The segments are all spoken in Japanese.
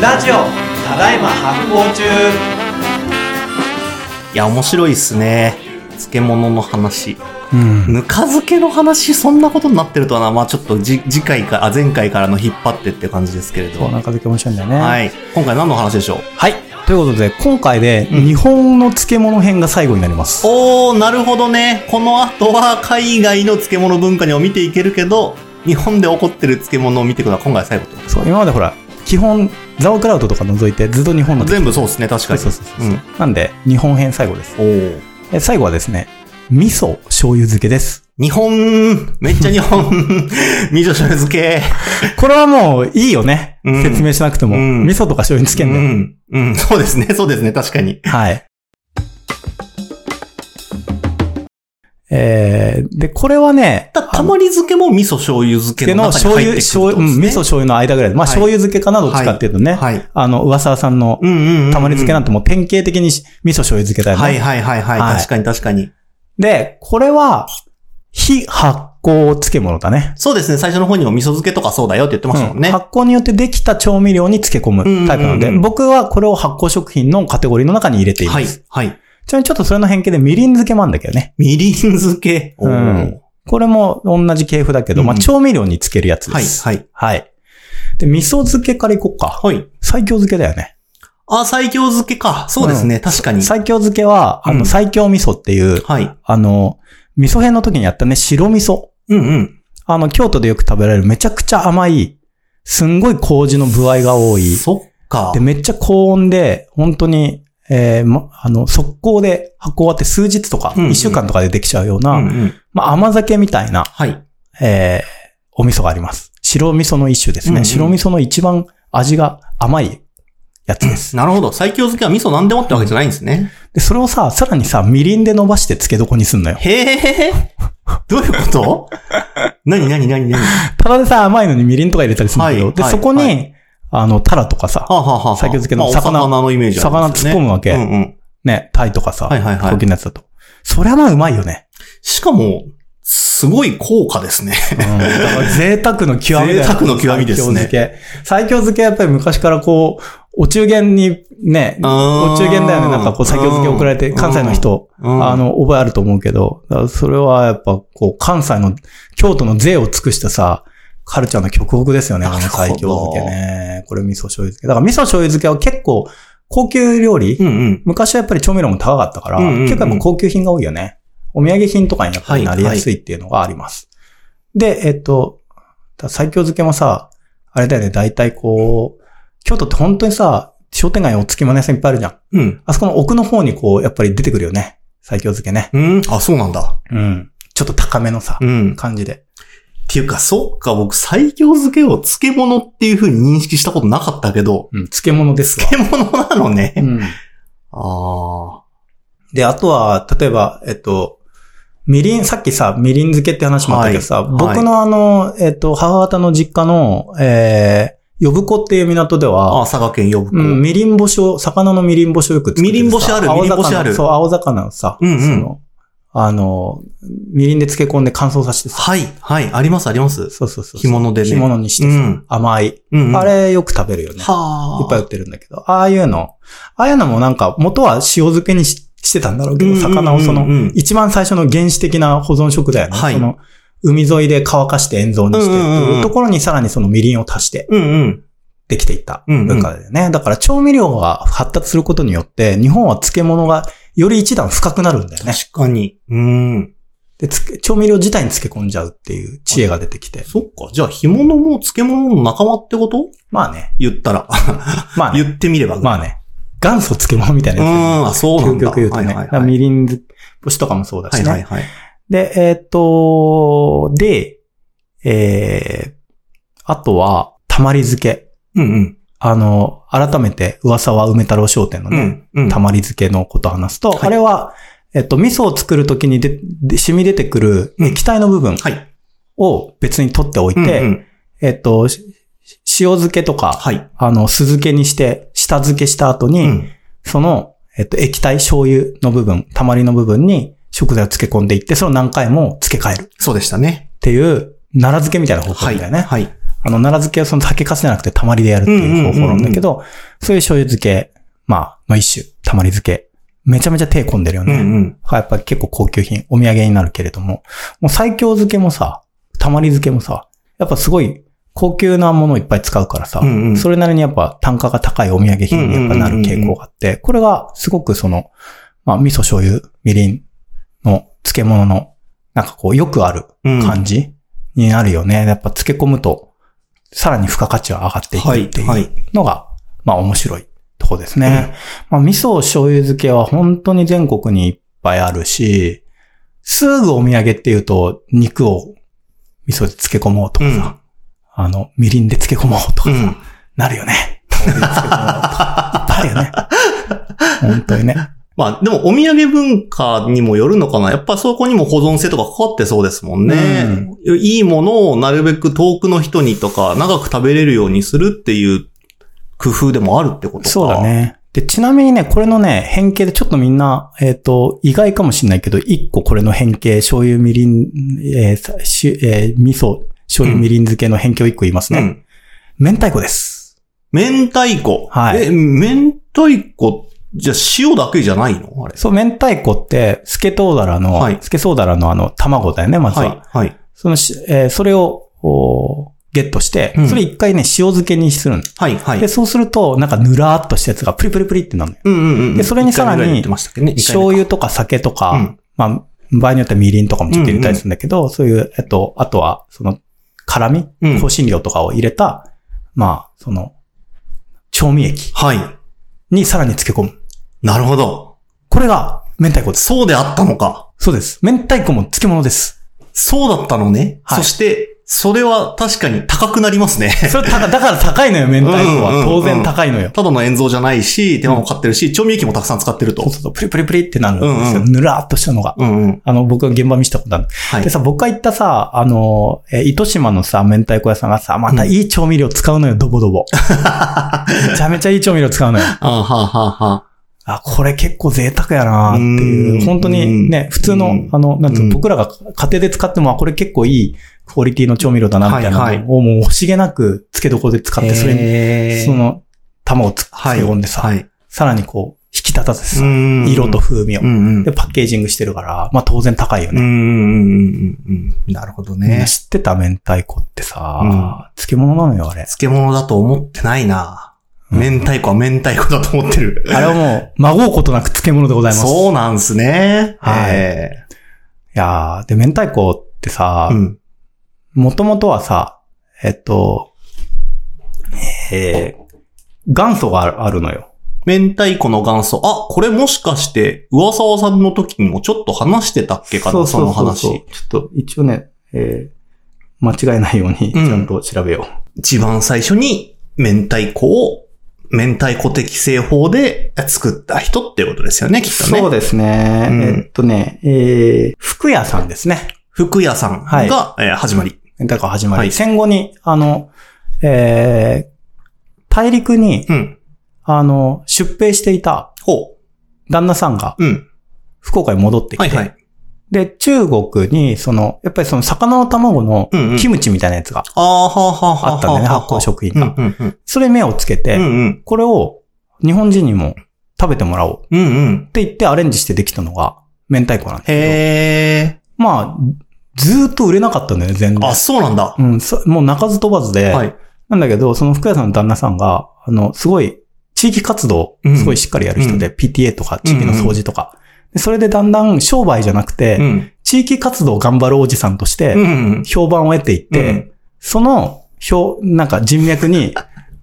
ラジオただいま発行中いや、面白いっすね。漬物の話。うん。ぬか漬けの話、そんなことになってるとはな、まあちょっとじ次回か、あ、前回からの引っ張ってって感じですけれど。そう、は中漬け面白いんだよね。い。い。今回何の話でしょうはい。ということで、今回で、日本の漬物編が最後になります。おー、なるほどね。この後は海外の漬物文化にも見ていけるけど、日本で起こってる漬物を見ていくのは今回最後と。そう、今までほら、基本、ザオクラウドとか除いて、ずっと日本の漬全部そうですね、確かに。そうそうそうそうう、ん。なんで、日本編最後です。おー。え最後はですね、味噌醤油漬けです。日本、めっちゃ日 本、味噌醤油漬け。これはもういいよね。うん説明しなくても。うん味噌とか醤油につけうんだよ。ん。うん、そうですね、そうですね、確かに。はい。えー、で、これはね、た、たまり漬けも味噌醤油漬けけのの中に醤入ってくるってこと油、醤油、うんで、すね味噌醤油の間ぐらいで。まはあ、い醤油漬けかなどっちかっていうとね、はい。あの、上沢さんのうんうんうんうん。たまり漬けなんてもう典型的にし味噌醤油漬けだよね。はいはいはいはい。はい確かに確かに。で、これは、非発酵漬物だね。そうですね、最初の方にも味噌漬けとかそうだよって言ってましたもんね。うん発酵によってできた調味料に漬け込むタイプなので、うんうんうん僕はこれを発酵食品のカテゴリーの中に入れています。はい、はい。ちなみにちょっとそれの変形でみりん漬けもあるんだけどね。みりん漬け。おーうんこれも同じ系譜だけど、うんうんまあ調味料に漬けるやつではい、す。はい。はい。で、味噌漬けからいこうか。はい。最強漬けだよね。あ、最強漬けか。そうですね、確かに。最強漬けは、あうの、ん最強味噌っていう、はい。あの、味噌編の時にやったね、白味噌。うんうん。あの、京都でよく食べられるめちゃくちゃ甘い、すんごい麹の具合が多い。そっかで、。めっちゃ高温で、本当に、えーま、あの、速攻で発酵終わって数日とか、うんうん1週間とかでできちゃうよううな、んうん。まあ、甘酒みたいな、はい。えーお味噌があります。白味噌の一種ですね。うんうん白味噌の一番味が甘いやつです。なるほど。最強漬けは味噌なんでもってわけじゃないんですね。で、それをさ、さらにさ、みりんで伸ばして漬け床にすんのよ。へえ。どういうこと なになになになにはただでさ、甘いのにみりんとか入れたりするんだけど、はいで、はいそこに、はあの、タラとかさ、あ、はあはあはあ、最強漬けのまあ魚お魚のイメージありますよね魚突っ込むわけうんうん。ね、タイとかさ、はいはいはい高級なやつだと。そりゃまあうまいよね。 しかも、すごい高価ですね。うんだから贅沢の極みだよ贅沢の極みですね最強漬け。最強漬けはやっぱり昔からこう、お中元にね、あー お中元だよね、なんかこう最強漬け送られて、うん関西の人、うんあの、覚えあると思うけど、だからそれはやっぱこう、関西の、京都の税を尽くしたさ、カルチャーの極北ですよね、あのなるほど最強漬けね。これ味噌醤油漬け。だから味噌醤油漬けは結構、高級料理、うんうん。昔はやっぱり調味料も高かったから、うんうんうん結構やっぱ高級品が多いよね。お土産品とかにやっぱりなりやすいっていうのがあります。で、えっと、だ最強漬けもさ、あれだよね、大体こう、京都って本当にさ、商店街お月物屋さんいっぱいあるじゃん。うん。あそこの奥の方にこう、やっぱり出てくるよね。最強漬けね。うん。あ、そうなんだ。うん。ちょっと高めのさ、うん。っ感じで。ていうか、そっか、僕、最強漬けを漬物っていう風に認識したことなかったけど、うん、漬物ですわ。漬物なのね。うん。ああ。で、あとは、例えば、えっと、みりん、さっきさ、みりん漬けって話もあったけどさ、はい僕のあの、えっと、母方の実家の、えー、呼子っていう港であは、佐賀県呼子。うん、みりん干しを、魚のみりん干しをよく作っててみさりん干しある青魚みりん干しあるそう、青魚のさ、うんうんその、あの、みりんで漬け込んで乾燥させてさ、はい、はい、あります、あります。そうそうそう。干物でね干物にしてうさ、ん。甘い。うん、うん。あれよく食べるよね。はいっぱい売ってるんだけど、ああいうの、ああいうのもなんか、元は塩漬けにししてたんだろうけど、うんうんうんうん魚をその、一番最初の原始的な保存食だよね。はいその海沿いで乾かして塩蔵にしてっうてんうんいううんところにさらにそのみりんを足してうんうん。できていった文化だよね。だから調味料が発達することによって、日本は漬物がより一段深くなるんだよね。確かに。うん。で、つけ調味料自体に漬け込んじゃうっていう知恵が出てきて。そっか。じゃあ、干物も漬物の仲間ってことまあね。言ったら。まあね。言ってみれば。まあね。元祖漬物みたいなうやつだよねん、あ、そうなん究だ。極言うとね。はいはいだからはいみりん干しとかもそうだはしいね。はいはい。で、えーっと、で、えー、あとは、たまり漬け。うんうん。あの、改めて、噂は梅太郎商店のね、うん。うん。たまり漬けのことを話すと、はいあれは、えっと、味噌を作るときにでで、染み出てくるうん液体の部分はい。を別に取っておいて、うんうんえっと、し塩漬けとか、はい。あの、酢漬けにして、下漬けした後うに、ん。その、えっと、液体醤油の部分、たまりの部分に食材を漬け込んでいって、それを何回も漬け替える。そうでしたね。っていう、奈良漬けみたいな方法はい。だよね。はい。あの、奈良漬けはその酒かすじゃなくてたまりでやるっていう方法なんだけど、そういう醤油漬け、まあ、の一種、たまり漬け。めちゃめちゃ手込んでるようね。んうん。はやっぱり結構高級品、お土産になるけれども、もう最強漬けもさ、たまり漬けもさ、やっぱすごい高級なものをいっぱい使うからさ、うんうんそれなりにやっぱ単価が高いお土産品にやっぱなる傾向があって、これがすごくその、まあ味噌醤油、みりんの漬物の、なんかこうよくあるうん感じになるよね。やっぱ漬け込むと、さらに付加価値は上がっていくってはいいはいうのが、まあ面白いとこですね。まあ味噌醤油漬けは本当に全国にいっぱいあるし、すぐお土産っていうと、肉を味噌で漬け込もうとかさ、あの、みりんで漬け込もうとかさ、うんなるよね。醤油漬け込もうとかいっ ぱいあるよね。本当にね。まあ、でもお土産文化にもよるのかな。やっぱそこにも保存性とかかかってそうですもんね。いいものをなるべく遠くの人にとか、長く食べれるようにするっていう工夫でもあるってことか。そうだ。ね。で、ちなみにね、これのね、変形でちょっとみんな、えっ、と、意外かもしれないけど、一個これの変形、醤油みりん、えーさしえー味噌、醤油みりん漬けの変形を一個言いますうね。ん。明太子です。明太子。はいえ、明太子、じゃあ塩だけじゃないのあれ。そう、明太子って、スケトウダラの、はいスケソウダラのあの、卵だよね、まずは。はい。はい。そのし、えーそれを、おーゲットしてうん、それ一回ね、塩漬けにするの。はい。はいで、。そうすると、なんかぬらーっとしたやつがプリプリプリってなるのよ。うんうんうん。でそれにさら一に回ぐい言ってましたっけね、醤油とか酒とか、うんまあ、場合によってはみりんとかもちょっと入れたりするんだけど、そういう、えっと、あとは、その、辛味、うん香辛料とかを入れた、まあ、その、調味液はい。にさらに漬け込む。なるほど。これが、明太子です。そうであったのか。そうです。明太子も漬物です。そうだったのね。はいそして、それは確かに高くなりますね。 それ、ただから高いのよ、明太う子んうんうは。ん当然高いのよ。ただの塩蔵じゃないし、手間もかかってるし、調味液もたくさん使ってるとそう。すると、プリプリプリってなるんですうんよ。うんぬらーっとしたのが。うんうん。あの、僕が現場見せたことある。はいで。さ、僕が行ったさ、あの、えー、糸島のさ、明太子屋さんがさ、またうんいい調味料使うのよ、ドボド ボ。めちゃめちゃいい調味料使うのよ。あはあはあはあ、これ結構贅沢やなってういんう、本当にね、普通うのん、あの、なんつううんの、僕らが家庭で使っても、あ、これ結構いいクオリティの調味料だな、みたいはいなはいのをもう惜しげなく、つけどころで使あ。って、それれに、そ、の、玉をつつけはい。込んでさ、はい。さらにこう、引き立たせてさ、色色と。風味をう。んうん。で、パッケージングしてるから、まあ当然高いようんうね。んうんうんうん。なるほどみんねな。知ってた明太子ってさ、うん漬物なのよ、あれ。漬物だと思ってないな。うん明太子は明太子だと思ってる。あれはもう、まごうことなく漬物でございます。いそうなんすね。はいえやー、で、明太子ってさーう、ん。もともとはさ、えっと、えー、元祖があるあるのよ。明太子の元祖。あ、これもしかして、上沢さんの時にもちょっと話してたっけかな、その話。。ちょっと、一応ね、えー、間違えないように、ちうんゃんと調べよう。一番最初に明太子を、明太子適正法で作った人っていうことですよね、きっとね。そうですね。うんえっとね、えー、福屋さんですね。福屋さんが、はいえー始まり。明太子始まり。はい戦後に、あの、えー、大陸に、うん。あの、出兵していたほ旦那さんがう。うん。福岡に戻ってきて、はいはい。で、中国に、その、やっぱりその魚の卵のうんうんキムチみたいなやつが、ああ、はあはあはあ。あったんだよねはあはあ発酵食品がうんうんそれに目をつけて、うん。うんうん。これを日本人にも食べてもらおうっうんうん。て言ってアレンジしてできたのが明太子なんですけへえ。ど、まあ、ずーっと売れなかったんだよね、全然あ、。そうなんだ。うん、そもう鳴かず飛ばずで、はい。なんだけど、その福屋さんの旦那さんが、あの、すごい、地域活動う、んすごいしっかりやる人で、PTA とか、地域の掃除とか、でそれでだんだん商売じゃなくて、うん。地域活動を頑張るおじさんとうしんて、うん。評判を得ていって、うんその、評、なんか人脈 に、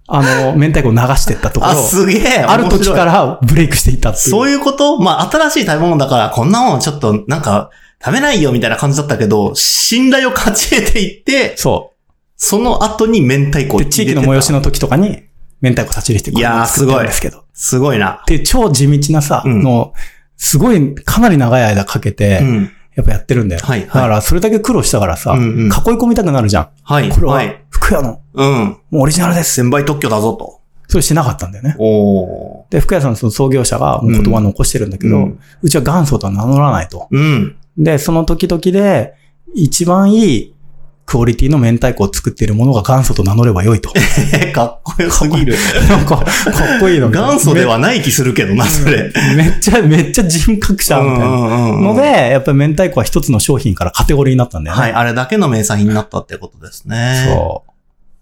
あの、明太子を流していったところ、あ、あすげえ。る時らからブレイクしていったっていう。そういうことまあ、新しい食べ物だから、こんなもんちょっと、なんか、食べないよみたいな感じだったけど、信頼を勝ち得ていって、そその後に明太子う。をで、地域の催しの。の時とかに、明太子差し入れしてこいれやーを作ってるんですけど。すごいな。で、超地道なさ、うんの、すごい、かなり長い間かけて、うん。やっぱやってるんだよ。はいはいだから、それだけ苦労したからさ、うんうん囲い込みたくなるじゃん。はい。これははい。、福屋の、うん。もうオリジナルです。先輩特許だぞと。それしなかったんだよね。おー。で、福屋さんのその創業者がもう言葉を残してるんだけど、ううんちは元祖とは名乗らないと。うん。で、その時々で、一番いいクオリティの明太子を作っているものが元祖と名乗れば良 いと。え、かっこよすぎる。なんか、かっこいいのみたいな元祖ではない気するけどな、それ。めっちゃ、めっちゃ人格者みたいな。のので、、やっぱり明太子は一つの商品からカテゴリーになったんだよね。はい、あれだけの名産品になったってことですね。そう。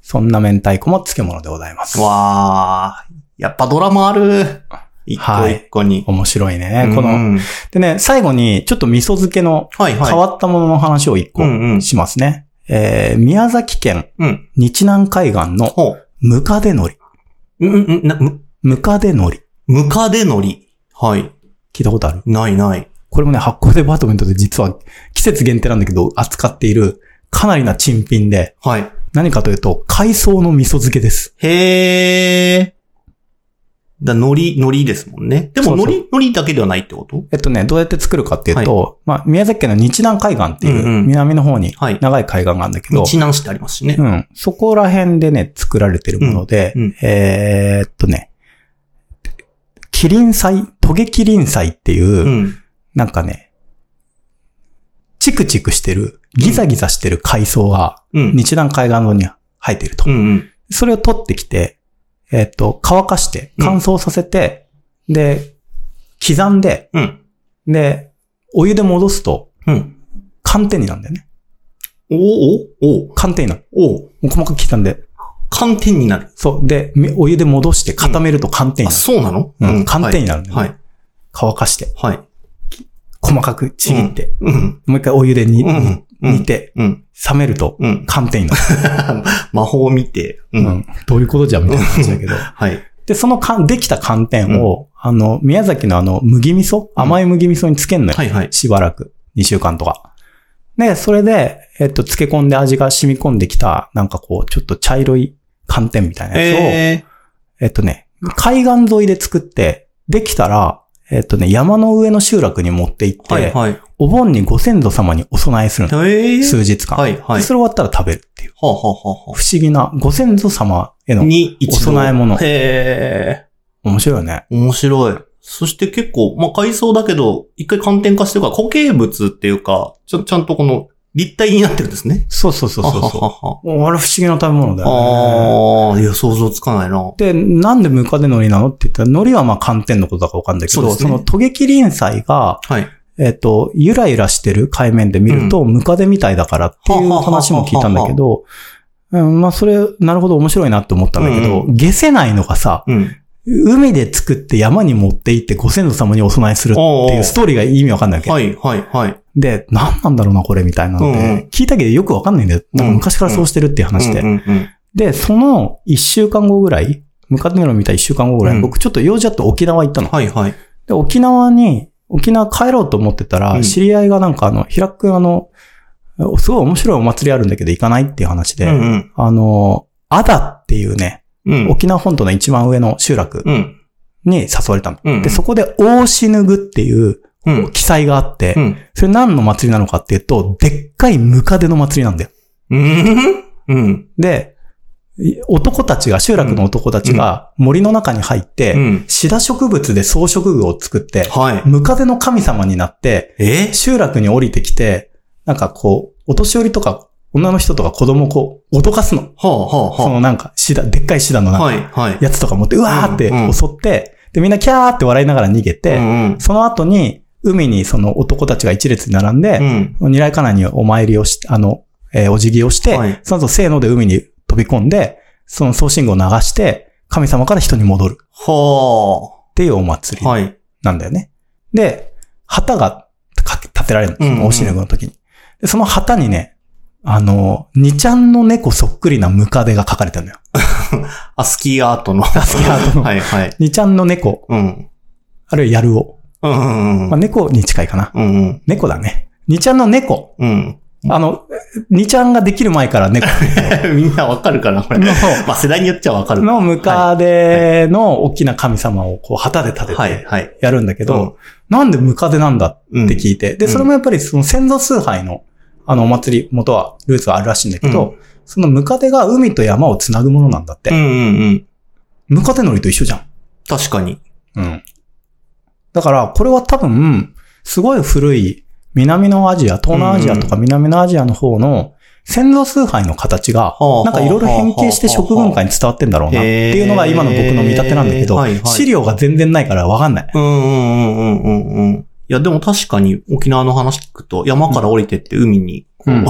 そんな明太子も漬物でございます。わー、やっぱドラマある。一個一個に。面白いね。こうの、んでね、最後にちょっと味噌漬けのはいはい。変わったものの話を一個うんうんしますね。えー、宮崎県うん。日南海岸のほう。ムカデ海苔。うんうんうんな、む、ムカデ海苔。ムカデのり。はい。聞いたことあるないない。これもね、発酵デパートメントで実は季節限定なんだけど扱っているかなりな珍品で、はい。何かというと、海藻の味噌漬けです。へー。だ、のり、のりですもんね。でそも、うそのうり、のりだけではないってことえっとね、どうやって作るかっていうと、まあ、宮崎県の日南海岸っていうんううん南の方にはい。長い海岸があるんだけど、日南市ってありますしね。うん。そこら辺でね、作られてるもので、うんうんえーっとね、キリン菜、トゲキリン菜っていう、うん。なんかね、チクチクしてる、ギザギザしてる海藻が、うん。日南海岸沿いに生えてると。うんうん。それを取ってきて、えーっと、乾かして、うん乾燥させて、で、刻んで、うん。で、お湯で戻すと、うん。寒天になるんだよね。おおおお寒天になる。おうもう細かく刻んで。寒天になる。そう。で、みお湯で戻して固めると寒天あ、になる。そうなのうん寒天になるんだよねはい。乾かして、はい。細かくちぎって、うん。もう一回お湯で煮、うん。うん煮。て、うん。冷めると うん。寒天になる。魔法を見て。う。うんんどういうことじゃんみたいな感じだけど。はい。 で、その寒できた寒天を、あの、宮崎のあの、麦味噌甘い麦味噌につけんのよ。はいはい。しばらく。2週間とか。で、それで、えっと、漬け込んで味が染み込んできた、なんかこう、ちょっと茶色い寒天みたいなやつを、ええっとね、海岸沿いで作って、できたら、えっとね、山の上の集落に持って行っー。て、はいはい。お盆にご先祖様にお供えするの。えー。数日間、はいはいでそれ終わったら食べるっていう。はあはあはあは不思議な、ご先祖様へあ。の、に、一度お供え物へ面白いよね。ー。面白い。そして結構、まあ、海藻だけど、一回寒天化してるから、固形物っていうか、ちゃちゃんとこの、立体になってるんですね。そうそうそうそうあそはははう。もうあれ不思議な食べ物だよあね。ー、いや、想像つかないな。で、なんでムカデ海苔なのって言ったら、海苔はまあ寒天のことだからわかんないけど、そうそ,、ですねのトゲキリン菜が、はい。えっと、ゆらゆらしてる海面で見ると、ムカデみたいだからっていう話も聞いたんだけど、うん、まあ、それ、なるほど面白いなって思ったんだけど、う下せないのがさ、うん。海で作って山に持って行ってご先祖様にお供えするっておういおううストーリーが意味わかんないわけ。はい、はい、はい。で、何なんだろうな、これみたいなので、うんうん聞いたけどよくわかんないんだよ。なんか昔からそうしてるっていう話で。うんうんうんで、その一週間後ぐらい、ムカデの見た一週間後ぐらい、うん僕ちょっと用事あって沖縄行ったの。はい、はい。で、沖縄に、沖縄帰ろうと思ってたら、うん知り合いがなんかあの、平くんあの、すごい面白いお祭りあるんだけど行かないっていう話で、うんうんあの、アダっていうね、うん。沖縄本島の一番上の集落うん。に誘われたの。うん。で、そこで大死ぬぐっていううん。記載があって、うん。それ何の祭りなのかっていうと、でっかいムカデの祭りなんだよ。うん。うん。で、い男たちが、集落の男たちが森の中に入って、うん。シダ植物で装飾具を作って、はい。ムカデの神様になって、え集落に降りてきて、なんかこう、お年寄りとか、女の人とか子供をこう、脅かすの。はあ、はそのなんか、シダ、でっかいシダのあ、はあ。なんかはい、はい。やつとか持って、うわーってうんうん襲って、で、みんなキャーって笑いながら逃げうて、んうん。その後に、海にその男たちが一列に並んでう、ん。二来かなにお参りをし、あの、えーお辞儀をして、はいその後、せーので海に飛び込んで、その送信号を流して、神様から人に戻るはっていうお祭あ。りはい。なんだよね。で、旗がかけ立てられるうんうの。んおしぬぐの時に。で、その旗にね、あの、二ちゃんの猫そっくりなムカデが書かれてるのよ。アスキーアートの。アスキーアートのはい、はい。二ちゃんの猫、うん。あるいはヤルオ。うんうんまうあ、ん。猫に近いかな。うんうん。猫だね。二ちゃんの猫。うん。 あの、二ちゃんができる前から猫みんなわかるかな、これ。 の、まあ、世代によっちゃわかる。のムカデの大きな神様をこう旗で立てはい、てはい。やるんだけど、うんなんでムカデなんだっうんて聞いて、で、うんそれもやっぱりその先祖崇拝のあのお祭り元はルーツはあるらしいんだけど、うそのムカデが海と山をつなぐものなんだって。うんうんうん。ムカデのりと一緒じゃん。確かに。うん。だから、これは多分、すごい古い南のアジア、東南アジアとか南のアジアの方の先祖崇拝の形がはあ、なんかいろいろ変形して食文化に伝わってんだろうなっていうのが今の僕の見立てなんだけへーどはいはい、資料が全然ないからわかんない。うんうんうんうんうんうん。いや、でも確かに沖縄の話聞くと、山から降りてって海に、こううん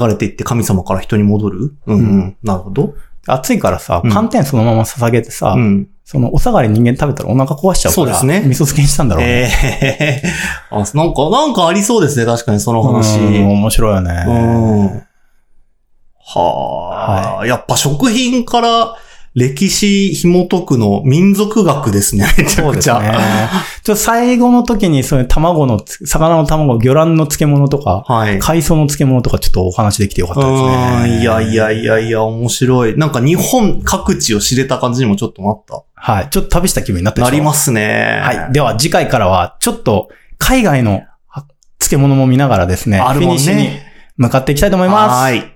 流れていって神様から人に戻るうんうん。うんなるほど。暑いからさうん、寒天そのまま捧げてさ、うん。そのお下がり人間食べたらお腹壊しちゃうそうかでら、すね味噌漬けにしたんだろうね。ええ あ、なんか、なんかありそうですね。確かにその話。うん面白いよね。うん。はあ、やっぱ食品から歴史紐解くの民族学ですね。めちゃそうくでちすゃ。ね。ちょっと最後の時に、そういう卵のつ、魚の卵、魚卵の漬物とか、はい。海藻の漬物とかちょっとお話できてよかったですうんね。いやいやいやいや、面白い。なんか日本各地を知れた感じにもちょっとなっ。はい。ちょっと旅した気分になったたでしなょりますね。はい。では次回からは、ちょっと海外のあ漬物も見ながらですね、あるもんねフィニッシュに向かっていきたいと思います。ははい。い。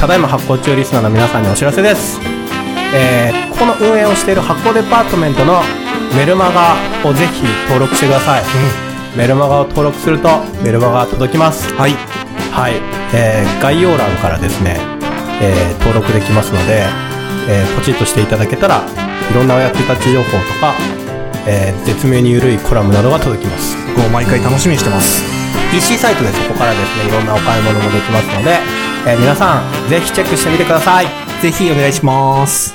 ただいま発行中リスナーの皆さんにお知らせです。えー、ここの運営をしている発行デパートメントのメルマガをぜひ登録してください。メルマガを登録するとメルマガが届きます。はい。はい、えー概要欄からですね、えー登録できますので、えーポチッとしていただけたらいろんなお役立ち情報とか、えー絶妙に緩いコラムなどが届きます僕も毎回楽しみにしてます。 PC サイトでそこからですねいろんなお買い物もできますので、えー皆さんぜひチェックしてみてくださいぜひお願いします。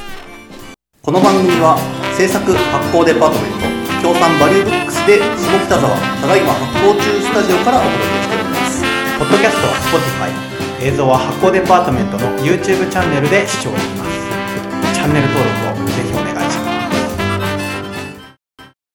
この番組は制作発行デパートメント協賛バリューブックスで下北沢ただいま発行中スタジオからお届けしておりますポッドキャストは Spotify 映像は発行デパートメントの YouTube チャンネルで視聴できますチャンネル登録